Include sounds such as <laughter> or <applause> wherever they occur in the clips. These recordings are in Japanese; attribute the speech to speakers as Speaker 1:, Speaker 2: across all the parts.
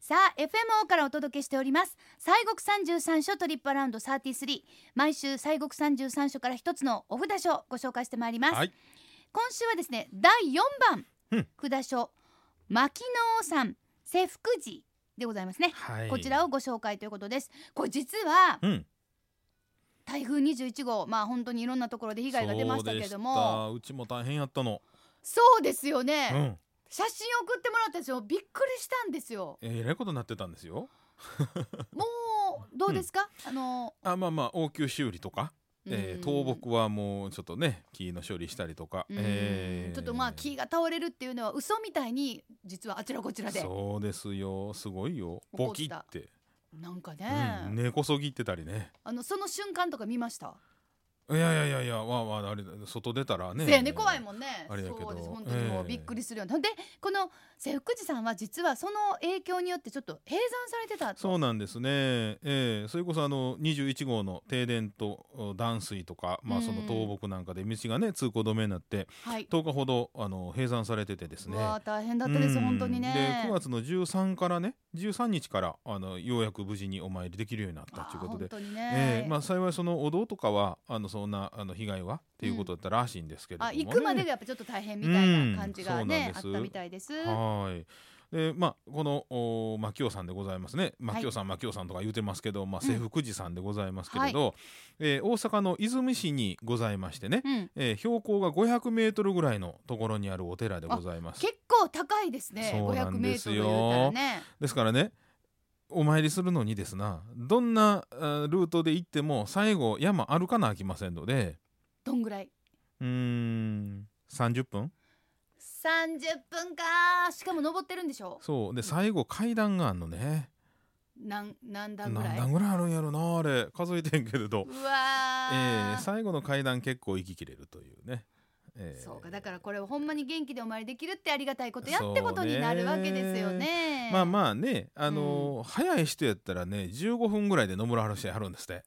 Speaker 1: さあ FMO からお届けしております西国三十三所トリップアラウンド33毎週西国三十三所から一つのお札書をご紹介してまいります、
Speaker 2: はい
Speaker 1: 今週はですね第四番、
Speaker 2: うん
Speaker 1: 札書牧野さん世福寺でございますね、
Speaker 2: はい
Speaker 1: こちらをご紹介ということですこれ実は
Speaker 2: うん
Speaker 1: 台風21号まあ本当にいろんなところで被害が出ましたけれども
Speaker 2: そうでしたうちも大変やったの、
Speaker 1: そうですよね、
Speaker 2: うん、
Speaker 1: 写真送ってもらったんですよびっくりしたんですよ
Speaker 2: えらいことになってたんですよ
Speaker 1: もうどうですか、あの
Speaker 2: あまあまあ応急修理とか、えー
Speaker 1: うん
Speaker 2: 倒木はもうちょっとね木の処理したりとか、
Speaker 1: うん
Speaker 2: えー
Speaker 1: ちょっとまあ木が倒れるっていうのは嘘みたいに実はあちらこちらで
Speaker 2: そうですよすごいよ
Speaker 1: 怒った
Speaker 2: ボキって、
Speaker 1: なんかね、
Speaker 2: うん、根こそぎってたりね
Speaker 1: あのその瞬間とか見ました、
Speaker 2: いやいやいやいやわあわああれだ外出たらね
Speaker 1: せやね怖いもんね
Speaker 2: あれやけど
Speaker 1: そうです本当にもう
Speaker 2: ええ
Speaker 1: びっくりするような、でこの瀬福寺さんは実はその影響によってちょっと閉山されてたと
Speaker 2: そうなんですね、ええそれこそあの21号の停電とお断水とか、まあ、その
Speaker 1: うん
Speaker 2: 倒木なんかで道がね通行止めになって
Speaker 1: はい
Speaker 2: 10日ほどあの閉山されててですね
Speaker 1: うわー大変だったです、
Speaker 2: うん
Speaker 1: 本当にね
Speaker 2: で9月の13からね13日からあのようやく無事にお参りできるようになったということ
Speaker 1: あー本
Speaker 2: で、
Speaker 1: 当に
Speaker 2: え
Speaker 1: ね、
Speaker 2: えまあ、幸いそのお堂とかはあのそんなあの被害はっていうことだったらしいんですけれども、
Speaker 1: あ
Speaker 2: ね
Speaker 1: 行くまでがやっぱちょっと大変みたいな感じがね、
Speaker 2: うん
Speaker 1: あっ
Speaker 2: そうな
Speaker 1: た
Speaker 2: んです
Speaker 1: みたいです。
Speaker 2: はいでまあ、このお牧雄さんでございますね牧雄さん、牧雄さんとか言うてますけど、まあ、
Speaker 1: うん
Speaker 2: 制服寺さんでございますけれど、えー大阪の和泉市にございましてね、
Speaker 1: うん、
Speaker 2: えー標高が500メートルぐらいのところにあるお寺でございます
Speaker 1: 結構高いですね。
Speaker 2: そうな
Speaker 1: 500
Speaker 2: ん
Speaker 1: メ
Speaker 2: で
Speaker 1: ート
Speaker 2: す
Speaker 1: ル
Speaker 2: よ
Speaker 1: 言うたらね。
Speaker 2: ですからねお参りするのにですなどんなあルートで行っても最後山歩かなあきませんので
Speaker 1: どんぐらい？
Speaker 2: うーん30分
Speaker 1: 30分かー。しかも登ってるんでしょ？
Speaker 2: そうで最後階段があんのね
Speaker 1: なん何段
Speaker 2: 何
Speaker 1: ぐらい？
Speaker 2: 段ぐらいあるんやろなあれ数えてんけれど、
Speaker 1: う
Speaker 2: え
Speaker 1: わ
Speaker 2: ー
Speaker 1: ー。
Speaker 2: 最後の階段結構息切れるというね、えー
Speaker 1: そうかだからこれをほんまに元気でお参りできるってありがたいことやってことになるわけですよね。
Speaker 2: まあ
Speaker 1: あ。
Speaker 2: まあねあのー早い人やったらね15分ぐらいで登らはる人やるんですって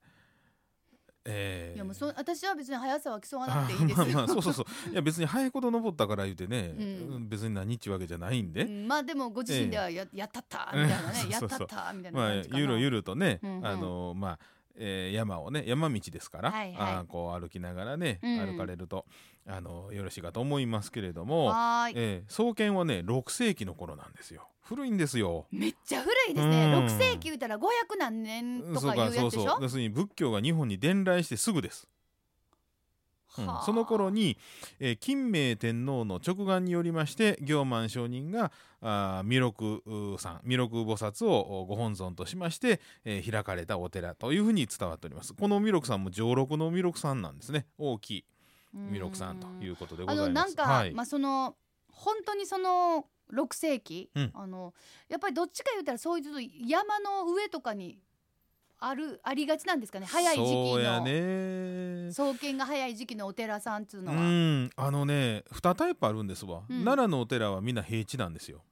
Speaker 2: えー
Speaker 1: いやもうそ私は別に速さは競わな
Speaker 2: あ
Speaker 1: くていいです
Speaker 2: <laughs> まあ
Speaker 1: よ。
Speaker 2: まあそうそうそういや別に早いこと登ったから言うてね、
Speaker 1: うん
Speaker 2: 別に何っちゅうわけじゃないんで、
Speaker 1: <laughs> うんまあでもご自身ではや,、やったったみたいなね
Speaker 2: <laughs> そうそうそう
Speaker 1: やったったみたいな
Speaker 2: まあ
Speaker 1: 感じかな。
Speaker 2: ゆるゆるとね、
Speaker 1: うんうん
Speaker 2: あのまあ、えー山をね山道ですから、
Speaker 1: はいはい
Speaker 2: あーこう歩きながらね、
Speaker 1: うん
Speaker 2: 歩かれるとあのよろしいかと思いますけれども、
Speaker 1: はーい。
Speaker 2: えー創建はね6世紀の頃なんですよ古いんですよ。
Speaker 1: めっちゃ古いですね。
Speaker 2: うん
Speaker 1: 六世紀言うたら500何年と
Speaker 2: そう
Speaker 1: かいうや
Speaker 2: か
Speaker 1: つでし
Speaker 2: そ
Speaker 1: ょ
Speaker 2: う。そう要するに仏教が日本に伝来してすぐです、うん
Speaker 1: はあ
Speaker 2: その頃に、えー金明天皇の直眼によりまして行満上人があー弥勒うさん弥勒菩薩をおご本尊としまして、えー開かれたお寺というふうに伝わっておりますこの弥勒さんも上禄の弥勒さんなんですね大きい弥勒さんといううことで
Speaker 1: ん
Speaker 2: ご
Speaker 1: あ
Speaker 2: ざいます
Speaker 1: のなんか、
Speaker 2: はい
Speaker 1: まあその本当にその6世紀、
Speaker 2: うん
Speaker 1: あのやっぱりどっちか言うたらそういうちょっと山の上とかにあるありがちなんですかね早い時期
Speaker 2: そうや
Speaker 1: の、
Speaker 2: ね
Speaker 1: 創建が早い時期のお寺さんっつうの
Speaker 2: う
Speaker 1: は、
Speaker 2: んあのね2タイプあるんですわ、
Speaker 1: うん
Speaker 2: 奈良のお寺はみんな平地なんですよ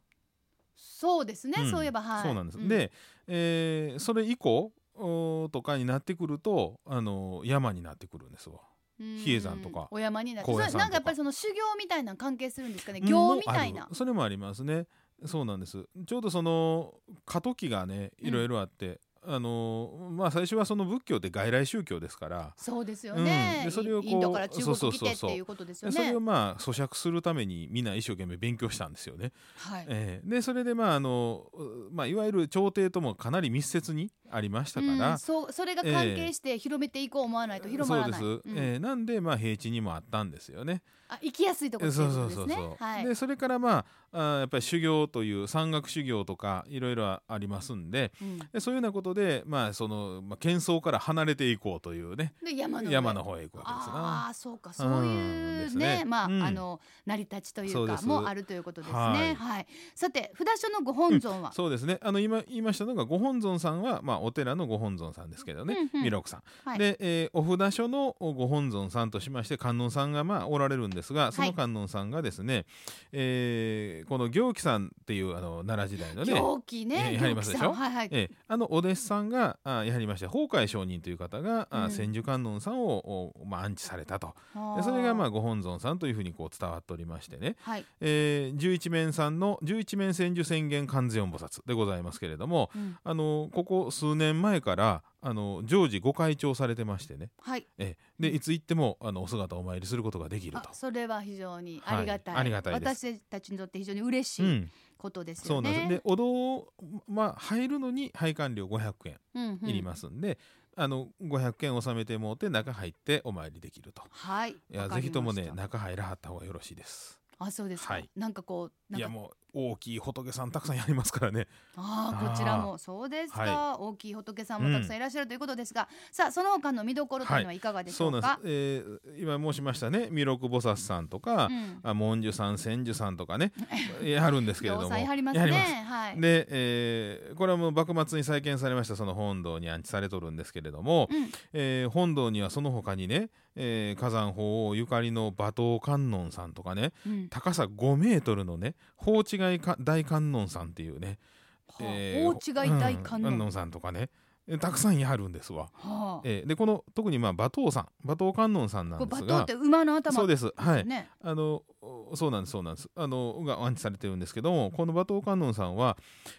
Speaker 1: そうですね、
Speaker 2: ん
Speaker 1: そういえばはい
Speaker 2: そうなんです、で、えーそれ以降おーとかになってくると、あのー山になってくるんですわ
Speaker 1: うん
Speaker 2: 比叡山とか
Speaker 1: お山になって
Speaker 2: 高野山
Speaker 1: それなん
Speaker 2: と
Speaker 1: かや
Speaker 2: か
Speaker 1: っぱりその修行みたいなの関係するんですかね行みたい
Speaker 2: もう
Speaker 1: な
Speaker 2: あるそれもありますねそうなんですちょうどその過渡期がねいろいろあって、あのーまあ最初はその仏教って外来宗教ですから、
Speaker 1: そうですよね、
Speaker 2: うんでそれをこう
Speaker 1: インドから中国
Speaker 2: そう
Speaker 1: 来
Speaker 2: そ
Speaker 1: て
Speaker 2: うそう
Speaker 1: っ
Speaker 2: そう
Speaker 1: ていうことですよ
Speaker 2: で
Speaker 1: ね
Speaker 2: それをまあ咀嚼するためにみんな一生懸命勉強したんですよね。
Speaker 1: はい、
Speaker 2: ええでそれでまああのうまあいわゆる朝廷ともかなり密接にありましたから、
Speaker 1: うん、そうそれが関係して広めていこう思わないと広まらない、
Speaker 2: そうです、
Speaker 1: うん
Speaker 2: えーなんでまあ平地にもあったんですよね。
Speaker 1: あ行きやすいところってい
Speaker 2: そうう
Speaker 1: こ
Speaker 2: そ
Speaker 1: と
Speaker 2: う
Speaker 1: で
Speaker 2: そ
Speaker 1: す
Speaker 2: う
Speaker 1: ね
Speaker 2: そう、
Speaker 1: はい
Speaker 2: でそれからまああーやっぱり修行という山岳修行とかいろいろありますんで
Speaker 1: うん
Speaker 2: でそういうようなことでまあその、まあ、喧騒から離れていこうというね
Speaker 1: で山の上
Speaker 2: 山の方へ行くわけです
Speaker 1: あ
Speaker 2: な。
Speaker 1: あそうかそういう
Speaker 2: うん
Speaker 1: ね
Speaker 2: ですね
Speaker 1: まあ、
Speaker 2: うん
Speaker 1: あの成り立ちとい
Speaker 2: そううで
Speaker 1: か
Speaker 2: す
Speaker 1: もあるということですねは、
Speaker 2: はいい
Speaker 1: さて札所のご本尊は、
Speaker 2: そうですねあの今言いましたのがご本尊さんは、まあ、お寺のご本尊さんですけどね
Speaker 1: うんうん
Speaker 2: 弥勒、さん。
Speaker 1: はい
Speaker 2: で、えーお札所のご本尊さんとしまして観音さんがまあおられるんですがそ
Speaker 1: は
Speaker 2: の
Speaker 1: い
Speaker 2: 観音さんがですね、えーこの行基さんっていうあの奈良時代のね
Speaker 1: 行基ね
Speaker 2: えー
Speaker 1: 行
Speaker 2: 入りま
Speaker 1: 基
Speaker 2: す
Speaker 1: さ
Speaker 2: で
Speaker 1: ん
Speaker 2: しょ
Speaker 1: はいはい、
Speaker 2: <laughs> ええあのお弟子さんがあやはりまして法海上人という方が、あ
Speaker 1: うん
Speaker 2: 千手観音さんを、おまあ、安置されたと
Speaker 1: は
Speaker 2: で
Speaker 1: あ
Speaker 2: それがまあご本尊さんというふうにこう伝わっておりましてね、
Speaker 1: はい、
Speaker 2: えー、十一面さんの十一面千手宣言観世音菩薩でございますけれども
Speaker 1: うん
Speaker 2: あのここ数年前からあの常時ご開帳されてましてね
Speaker 1: はい、
Speaker 2: ええでいつ行ってもあのお姿をお参りすることができると
Speaker 1: あ。それは非常にありがたい,、
Speaker 2: はいありがたいで
Speaker 1: 私たちにとって非常に嬉し
Speaker 2: う
Speaker 1: い
Speaker 2: ん、
Speaker 1: ことです
Speaker 2: そ
Speaker 1: よ
Speaker 2: うなんです
Speaker 1: ね。
Speaker 2: でお堂、まあ、入るのに配管料500円
Speaker 1: うんうん
Speaker 2: いりますんで、あの500円納めてもうて中入ってお参りできると
Speaker 1: はい。
Speaker 2: いや
Speaker 1: わか
Speaker 2: ぜ
Speaker 1: り
Speaker 2: ひとも
Speaker 1: ま
Speaker 2: ね
Speaker 1: した
Speaker 2: 中入らはった方がよろしいです
Speaker 1: あ、そうですか。
Speaker 2: はい
Speaker 1: なんかこう、ないん
Speaker 2: や
Speaker 1: か、
Speaker 2: もう大きい仏さんたくさんやりますからね
Speaker 1: あ
Speaker 2: あ
Speaker 1: あ、
Speaker 2: ー
Speaker 1: こちらもそうですか、
Speaker 2: は
Speaker 1: 大きい仏さんもたくさんいらっしゃるということですが、さあ、その他の見どころというのはいかがでし
Speaker 2: そ
Speaker 1: ょ
Speaker 2: うな
Speaker 1: うん
Speaker 2: で
Speaker 1: か
Speaker 2: す。、えー今申しましたね弥勒菩薩さんとか、
Speaker 1: うん
Speaker 2: あ文殊さん千手さんとか
Speaker 1: <laughs>
Speaker 2: ねやるんですけれ
Speaker 1: 量
Speaker 2: ども
Speaker 1: 産やります
Speaker 2: や
Speaker 1: ね。
Speaker 2: ります
Speaker 1: はい。
Speaker 2: で、えーこれはもう幕末に再建されましたその本堂に安置されとるんですけれども、
Speaker 1: うん
Speaker 2: えー本堂にはその他にね、えー火山法王ゆかりの馬頭観音さんとかね
Speaker 1: うん
Speaker 2: 高さ5メートルのね法違いか大観音さんっていうね、
Speaker 1: はあ
Speaker 2: えー
Speaker 1: 大違い大観
Speaker 2: うん
Speaker 1: 音。
Speaker 2: 観音さんとかねえーたくさんやるんですわ。
Speaker 1: はあ。
Speaker 2: えーでこの特にまあ馬頭さん馬頭観音さんな
Speaker 1: こうん
Speaker 2: で
Speaker 1: 馬
Speaker 2: す
Speaker 1: 頭
Speaker 2: が
Speaker 1: って馬の頭
Speaker 2: そうですはい、
Speaker 1: ね。
Speaker 2: あのおそうなんですそうなんですあのが安置されてるんですけどもこの馬頭観音さんは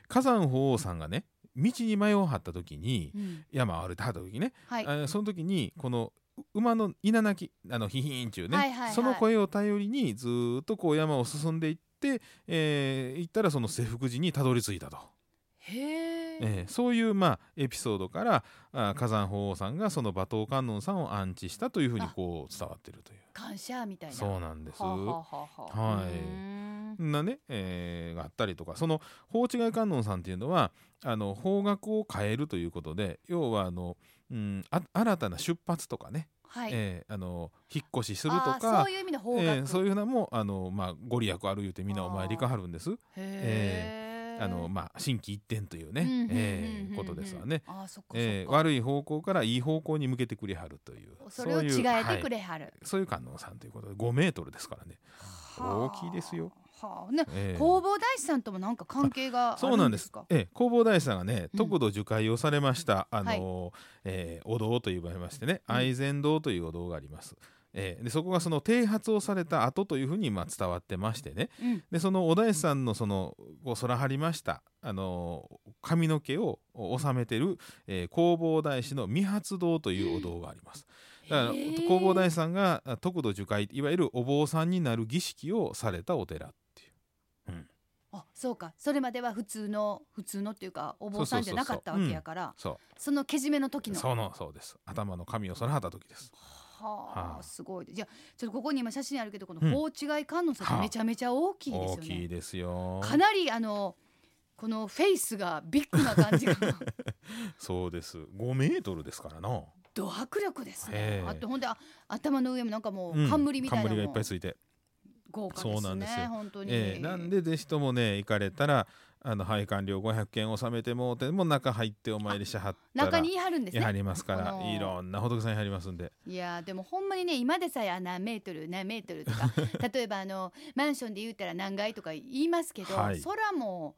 Speaker 2: 火山法王さんがね道に迷わはった時に
Speaker 1: うん
Speaker 2: 山を歩いてはった時ね、
Speaker 1: はい。
Speaker 2: あその時にこの馬の稲鳴きあのヒヒーンちゅうね、
Speaker 1: はいはいはい
Speaker 2: その声を頼りにずーっとこう山を進んでいって、えー行ったらその制服寺にたどり着いたと、
Speaker 1: へえ。
Speaker 2: えーそういう、まあ、エピソードからあ火山法王さんがその馬頭観音さんを安置したというふうにこう伝わってるという
Speaker 1: 感謝みたいな。
Speaker 2: そうなんです。
Speaker 1: はあはあはあはあ。
Speaker 2: はいう
Speaker 1: ーん
Speaker 2: なね、えーがあったりとかその法違い観音さんっていうのはあの方角を変えるということで要はあの、うん、あ新たな出発とかね、
Speaker 1: はい。
Speaker 2: えーあの引っ越しすると
Speaker 1: あー
Speaker 2: か
Speaker 1: そういう意味で
Speaker 2: え
Speaker 1: 方角。
Speaker 2: ーそういうふうなのもあの、まあ、ご利益ある言うてみんなお参りかはるんです
Speaker 1: へえ。
Speaker 2: あの、まあ、心機一転というね、
Speaker 1: うんうんうんうん
Speaker 2: えーことですわね。
Speaker 1: あーそっかそっか、
Speaker 2: えー悪い方向からいい方向に向けてくれはるという
Speaker 1: それを
Speaker 2: うい
Speaker 1: 違
Speaker 2: う
Speaker 1: えて
Speaker 2: は
Speaker 1: く
Speaker 2: い
Speaker 1: れはる。
Speaker 2: そういう観音さんということで5メートルですからね、
Speaker 1: はあ
Speaker 2: 大きいですよ。
Speaker 1: はあ、ね、
Speaker 2: えー
Speaker 1: 弘法大師さんともなんか関係があ
Speaker 2: そう
Speaker 1: る
Speaker 2: なんん
Speaker 1: で
Speaker 2: ですす
Speaker 1: か。。
Speaker 2: ええ、弘法大師さんがね、
Speaker 1: うん
Speaker 2: 特度受戒をされました、あの
Speaker 1: はい
Speaker 2: ええお堂と呼ばれましてね、
Speaker 1: うん
Speaker 2: 愛禅堂というお堂があります。ええでそこがその剃髪をされた後というふうにまあ伝わってましてね
Speaker 1: うん、
Speaker 2: でそのお大師さんのそのこう空張りましたあの髪の毛を収めてる、ええ弘法大師の未発堂というお堂があります。だから
Speaker 1: へえ
Speaker 2: 弘法大師さんがあ特度受戒いわゆるお坊さんになる儀式をされたお寺っていう。
Speaker 1: あ、そうか。それまでは普通の普通のっていうかお坊さんじゃなかったわけやから、
Speaker 2: そう
Speaker 1: そのけじめの時の。
Speaker 2: そのそうです頭の髪をそらはった時です
Speaker 1: は
Speaker 2: は
Speaker 1: あ、
Speaker 2: あ
Speaker 1: すごい。じゃあちょっとここに今写真あるけどこの
Speaker 2: うん
Speaker 1: 法違い観音さんってめちゃめちゃ大きいですよ
Speaker 2: 大
Speaker 1: ね。
Speaker 2: きいですよ
Speaker 1: かなりあのこのフェイスがビッグな感じ
Speaker 2: <laughs>
Speaker 1: が
Speaker 2: そうです5メートルですからな
Speaker 1: ド迫力ですね
Speaker 2: え。え
Speaker 1: あとほんであ頭の上もなんかも
Speaker 2: うん
Speaker 1: う冠みたいなの
Speaker 2: 冠がいっ
Speaker 1: も
Speaker 2: ぱいついて、
Speaker 1: 豪華ですね。
Speaker 2: そうなんですよ
Speaker 1: 本当に。
Speaker 2: ええなんでぜひともね行かれたらあの配管料500円納めてもうても中入ってお参りしはったら
Speaker 1: 中に言い張るんです
Speaker 2: やは
Speaker 1: ね。
Speaker 2: りますか
Speaker 1: こ
Speaker 2: ら
Speaker 1: の
Speaker 2: いろんな仏さんやはりますんで
Speaker 1: いやーでもほんまにね今でさえあ何メートル何メートルとか例えばあのマンションで言うたら何階とか言いますけど、
Speaker 2: はい
Speaker 1: 空も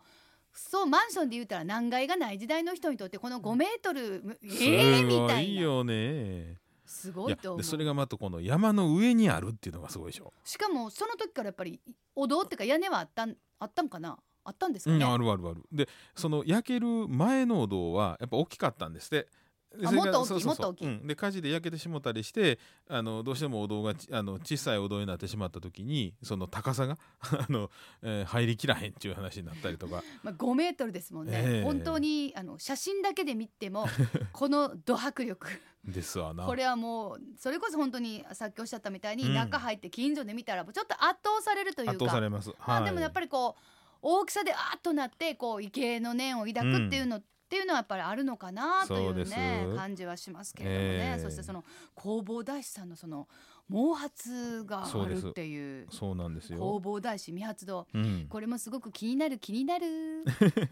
Speaker 1: そうマンションで言うたら何階がない時代の人にとってこの5メートルええ
Speaker 2: す
Speaker 1: み
Speaker 2: ご
Speaker 1: たい
Speaker 2: い
Speaker 1: な
Speaker 2: よね
Speaker 1: すごいと
Speaker 2: や
Speaker 1: 思う
Speaker 2: でそれがまたこの山の上にあるっていうのがすごいでしょ、
Speaker 1: しかもその時からやっぱりお堂っていうか屋根はあったんあったんかなあったんですか
Speaker 2: うん
Speaker 1: ね、
Speaker 2: あるあるあるでその焼ける前のお堂はやっぱ大きかったんですってで
Speaker 1: あ
Speaker 2: それが
Speaker 1: もっと大きい
Speaker 2: そうそうそう
Speaker 1: もっと大きい
Speaker 2: うんで火事で焼けてしもたりしてあのどうしてもお堂がちあの小さいお堂になってしまった時にその高さが <laughs> あの、えー入りきらへんっていう話になったりとか
Speaker 1: まあ、5メートルですもんね、
Speaker 2: ええ
Speaker 1: 本当にあの写真だけで見てもこのド迫力
Speaker 2: ですわな
Speaker 1: これはもうそれこそ本当にさっきおっしゃったみたいに、
Speaker 2: うん
Speaker 1: 中入って近所で見たらもうちょっと圧倒されるというか
Speaker 2: 圧倒されます、
Speaker 1: まあ、でもやっぱ
Speaker 2: り
Speaker 1: りこう大きさであーっとなってこう畏敬の念を抱くっていうの、っていうのはやっぱりあるのかなとい
Speaker 2: そう
Speaker 1: う
Speaker 2: です
Speaker 1: ね感じはしますけれどもね、
Speaker 2: ええ
Speaker 1: そしてその弘法大師さんのその毛髪があるっていう
Speaker 2: そうなんですよ、
Speaker 1: 弘法大師未発動
Speaker 2: うん、 <laughs>
Speaker 1: これもすごく気になる気になる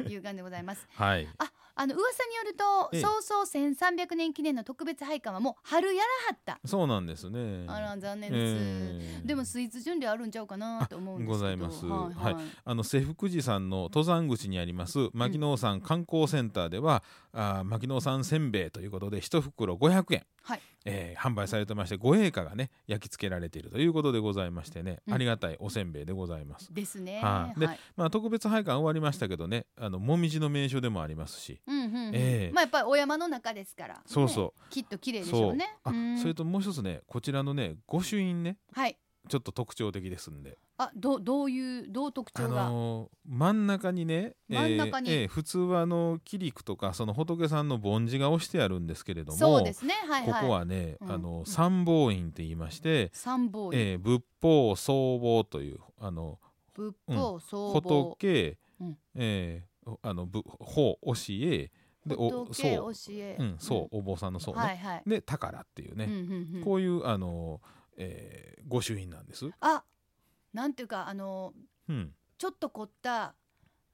Speaker 1: いう感じでございます。
Speaker 2: はい
Speaker 1: ああの噂によると、
Speaker 2: ええ
Speaker 1: 早々1300年記念の特別拝観はもう春やらはった、
Speaker 2: そうなんですね。
Speaker 1: あら残念です、
Speaker 2: ええ
Speaker 1: でもスイーツ準備あるんちゃうかなと思うんですけど
Speaker 2: ございます
Speaker 1: はい、
Speaker 2: は
Speaker 1: はい
Speaker 2: あの瀬福寺さんの登山口にあります牧野山観光センターでは、あー牧野山せんべいということで一袋500円、
Speaker 1: はい
Speaker 2: えー販売されてまして五栄華がね焼き付けられているということでございましてね、
Speaker 1: うん
Speaker 2: ありがたいおせんべいでございます。
Speaker 1: ですね、
Speaker 2: はいで
Speaker 1: はい
Speaker 2: まあ、特別拝観終わりましたけどねあの紅葉の名所でもありますし
Speaker 1: うんうんうん
Speaker 2: ええ
Speaker 1: まあやっぱりお山の中ですから
Speaker 2: そうそ
Speaker 1: ねきっと綺麗
Speaker 2: う、
Speaker 1: でし
Speaker 2: そ
Speaker 1: ょ
Speaker 2: う
Speaker 1: うね
Speaker 2: あ
Speaker 1: うん
Speaker 2: それともう一つねこちらのね御朱印ね
Speaker 1: はい
Speaker 2: ちょっと特徴的ですんで
Speaker 1: あどうどういうどう特
Speaker 2: あ
Speaker 1: 徴が、
Speaker 2: のー真ん中にね、
Speaker 1: 真ん中に
Speaker 2: えーえー普通はあのキリクとかその仏さんの梵字が押してあるんですけれども
Speaker 1: そうですねはいはい
Speaker 2: ここはね、
Speaker 1: うん
Speaker 2: あの三宝院って言いまして、
Speaker 1: 三宝院、
Speaker 2: えー仏法僧帽というあの
Speaker 1: 仏法僧帽
Speaker 2: 仏、
Speaker 1: うん
Speaker 2: えーあの仏法教えでお
Speaker 1: 仏教
Speaker 2: 僧
Speaker 1: 教え、
Speaker 2: うん、そうお坊さんの僧ね、
Speaker 1: はいはい、
Speaker 2: で宝っていう
Speaker 1: うん
Speaker 2: ね、
Speaker 1: うんうん
Speaker 2: こういうあのー、えー御朱印なんです。
Speaker 1: あなんていうかあの <laughs>
Speaker 2: うん、
Speaker 1: ちょっと凝った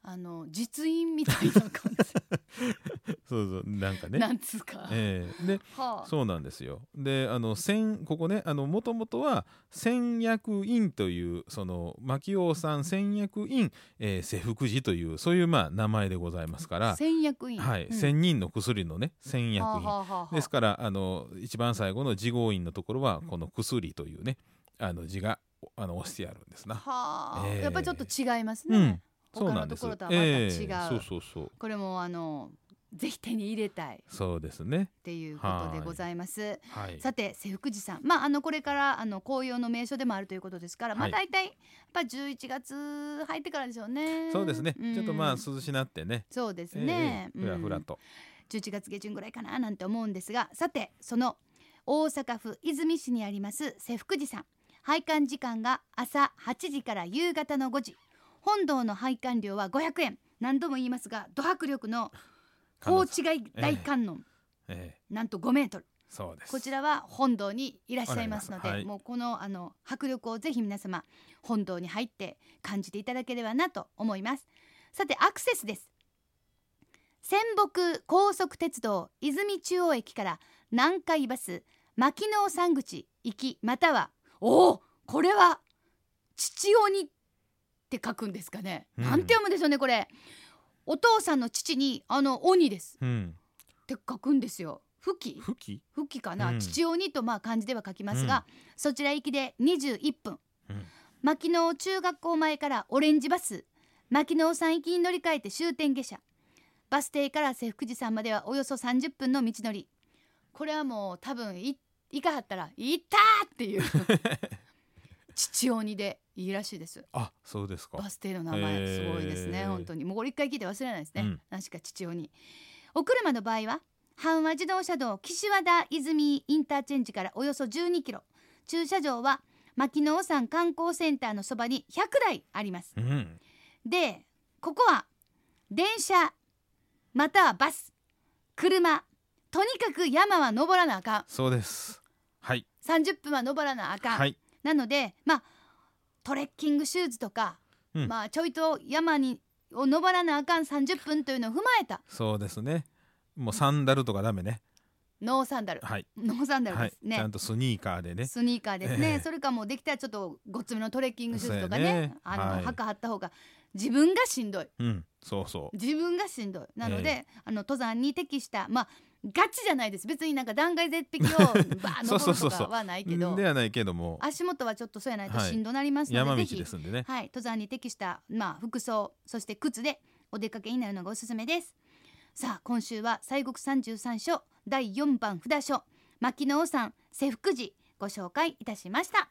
Speaker 1: あの実印みたいな感じ、
Speaker 2: そうそうなんか <laughs> ね。
Speaker 1: なんつうか、
Speaker 2: えーで
Speaker 1: はあ
Speaker 2: そうなんですよ。で、あの千ここね、あの元々は千薬院というその牧王さん千薬院、えー、世福寺というそういうまあ名前でございますから、
Speaker 1: 戦略員
Speaker 2: はい、
Speaker 1: うん
Speaker 2: 千人の薬のね千薬
Speaker 1: はあ
Speaker 2: 院、
Speaker 1: はあはあ
Speaker 2: ですからあの一番最後の次号院のところはこの薬というねあの字があの押してあるんですな。
Speaker 1: はあ、
Speaker 2: ええ
Speaker 1: やっぱりちょっと違います
Speaker 2: う
Speaker 1: ね、
Speaker 2: ん、そう
Speaker 1: 他
Speaker 2: な
Speaker 1: の
Speaker 2: んで
Speaker 1: と
Speaker 2: す。
Speaker 1: ころとはまた違
Speaker 2: え
Speaker 1: う
Speaker 2: えそうそうそう、
Speaker 1: これもあのぜひ手に入れたいっ
Speaker 2: そうですね。
Speaker 1: ていうことでございます
Speaker 2: はい。
Speaker 1: さて瀬福寺さん、まあ、あのこれからあの紅葉の名所でもあるということですから、ま
Speaker 2: は
Speaker 1: あ、
Speaker 2: い
Speaker 1: 大体やっぱ11月入ってからでしょうね。
Speaker 2: そうですね。
Speaker 1: ん
Speaker 2: ちょっとまあ涼しなってね。
Speaker 1: そうです
Speaker 2: え
Speaker 1: ね、
Speaker 2: えふらふら
Speaker 1: うん
Speaker 2: と。
Speaker 1: 11月下旬ぐらいかななんて思うんですがさてその大阪府泉市にあります瀬福寺さん拝観時間が朝8時から夕方の5時本堂の拝観料は500円何度も言いますがド迫力の高知外大観音、
Speaker 2: ええ
Speaker 1: なんと5メートル
Speaker 2: そうです。
Speaker 1: こちらは本堂にいらっしゃいますので
Speaker 2: わかりますはい
Speaker 1: もうこのあの迫力をぜひ皆様本堂に入って感じていただければなと思いますさてアクセスです仙北高速鉄道泉中央駅から南海バス牧野山口行きまたはおおこれは父鬼って書くんですかね、
Speaker 2: うん
Speaker 1: なんて読むんでしょうねこれお父さんの父にあの鬼です
Speaker 2: うん。
Speaker 1: って書くんですよ吹き
Speaker 2: 吹き？
Speaker 1: 復帰かな、
Speaker 2: うん
Speaker 1: 父鬼とまあ漢字では書きますが、そちら行きで21分、
Speaker 2: うん
Speaker 1: 牧野中学校前からオレンジバス牧野山行きに乗り換えて終点下車バス停から瀬福寺さんまではおよそ30分の道のりこれはもう多分い行かはったら「行った!」って
Speaker 2: <laughs>
Speaker 1: いう父鬼でいいらしいです
Speaker 2: あ、そうですか
Speaker 1: バ。ス停の名前すごいですね、
Speaker 2: へー
Speaker 1: 本当にもうこれ一回聞いて忘れないですね、
Speaker 2: うん
Speaker 1: 何しか父親にお車の場合は阪和自動車道岸和田泉インターチェンジからおよそ12キロ駐車場は牧野山観光センターのそばに100台あります
Speaker 2: うん。
Speaker 1: でここは電車またはバス車とにかく山は登らなあか
Speaker 2: そうです。はい。
Speaker 1: ん30分は登らなあかん、
Speaker 2: はい。
Speaker 1: なのでまあトレッキングシューズとか、
Speaker 2: うん
Speaker 1: まあちょいと山にを登らなあかん30分というのを踏まえた
Speaker 2: そうですね。もうサンダルとかダメね。
Speaker 1: ノーサ
Speaker 2: <laughs>
Speaker 1: ンダル
Speaker 2: はい。
Speaker 1: ノーサンダル
Speaker 2: は
Speaker 1: で
Speaker 2: い
Speaker 1: す。ね、
Speaker 2: ちゃんとスニーカーでね。
Speaker 1: スニーカーですね、
Speaker 2: ええ
Speaker 1: それかもうできたらちょっとごっつめのトレッキングシューズとかね
Speaker 2: そうやね
Speaker 1: あの、
Speaker 2: はい
Speaker 1: 墓張った方が自分がしんどい
Speaker 2: うん。そうそう。
Speaker 1: 自分がしんどいなので、
Speaker 2: え
Speaker 1: あの登山に適したまあガチじゃないです別になんか断崖絶
Speaker 2: <laughs>
Speaker 1: 壁をバー
Speaker 2: そう
Speaker 1: 登
Speaker 2: そうそ
Speaker 1: ると
Speaker 2: うそう
Speaker 1: かはないけど
Speaker 2: ではないけども、
Speaker 1: 足元はちょっとそうやないと
Speaker 2: はい
Speaker 1: しんどなりますので、
Speaker 2: 山道
Speaker 1: ぜひ
Speaker 2: ですんでね。
Speaker 1: はい、登山に適した、まあ、服装そして靴でお出かけになるのがおすすめですさあ今週は西国三十三所第四番札所牧野さん瀬福寺ご紹介いたしました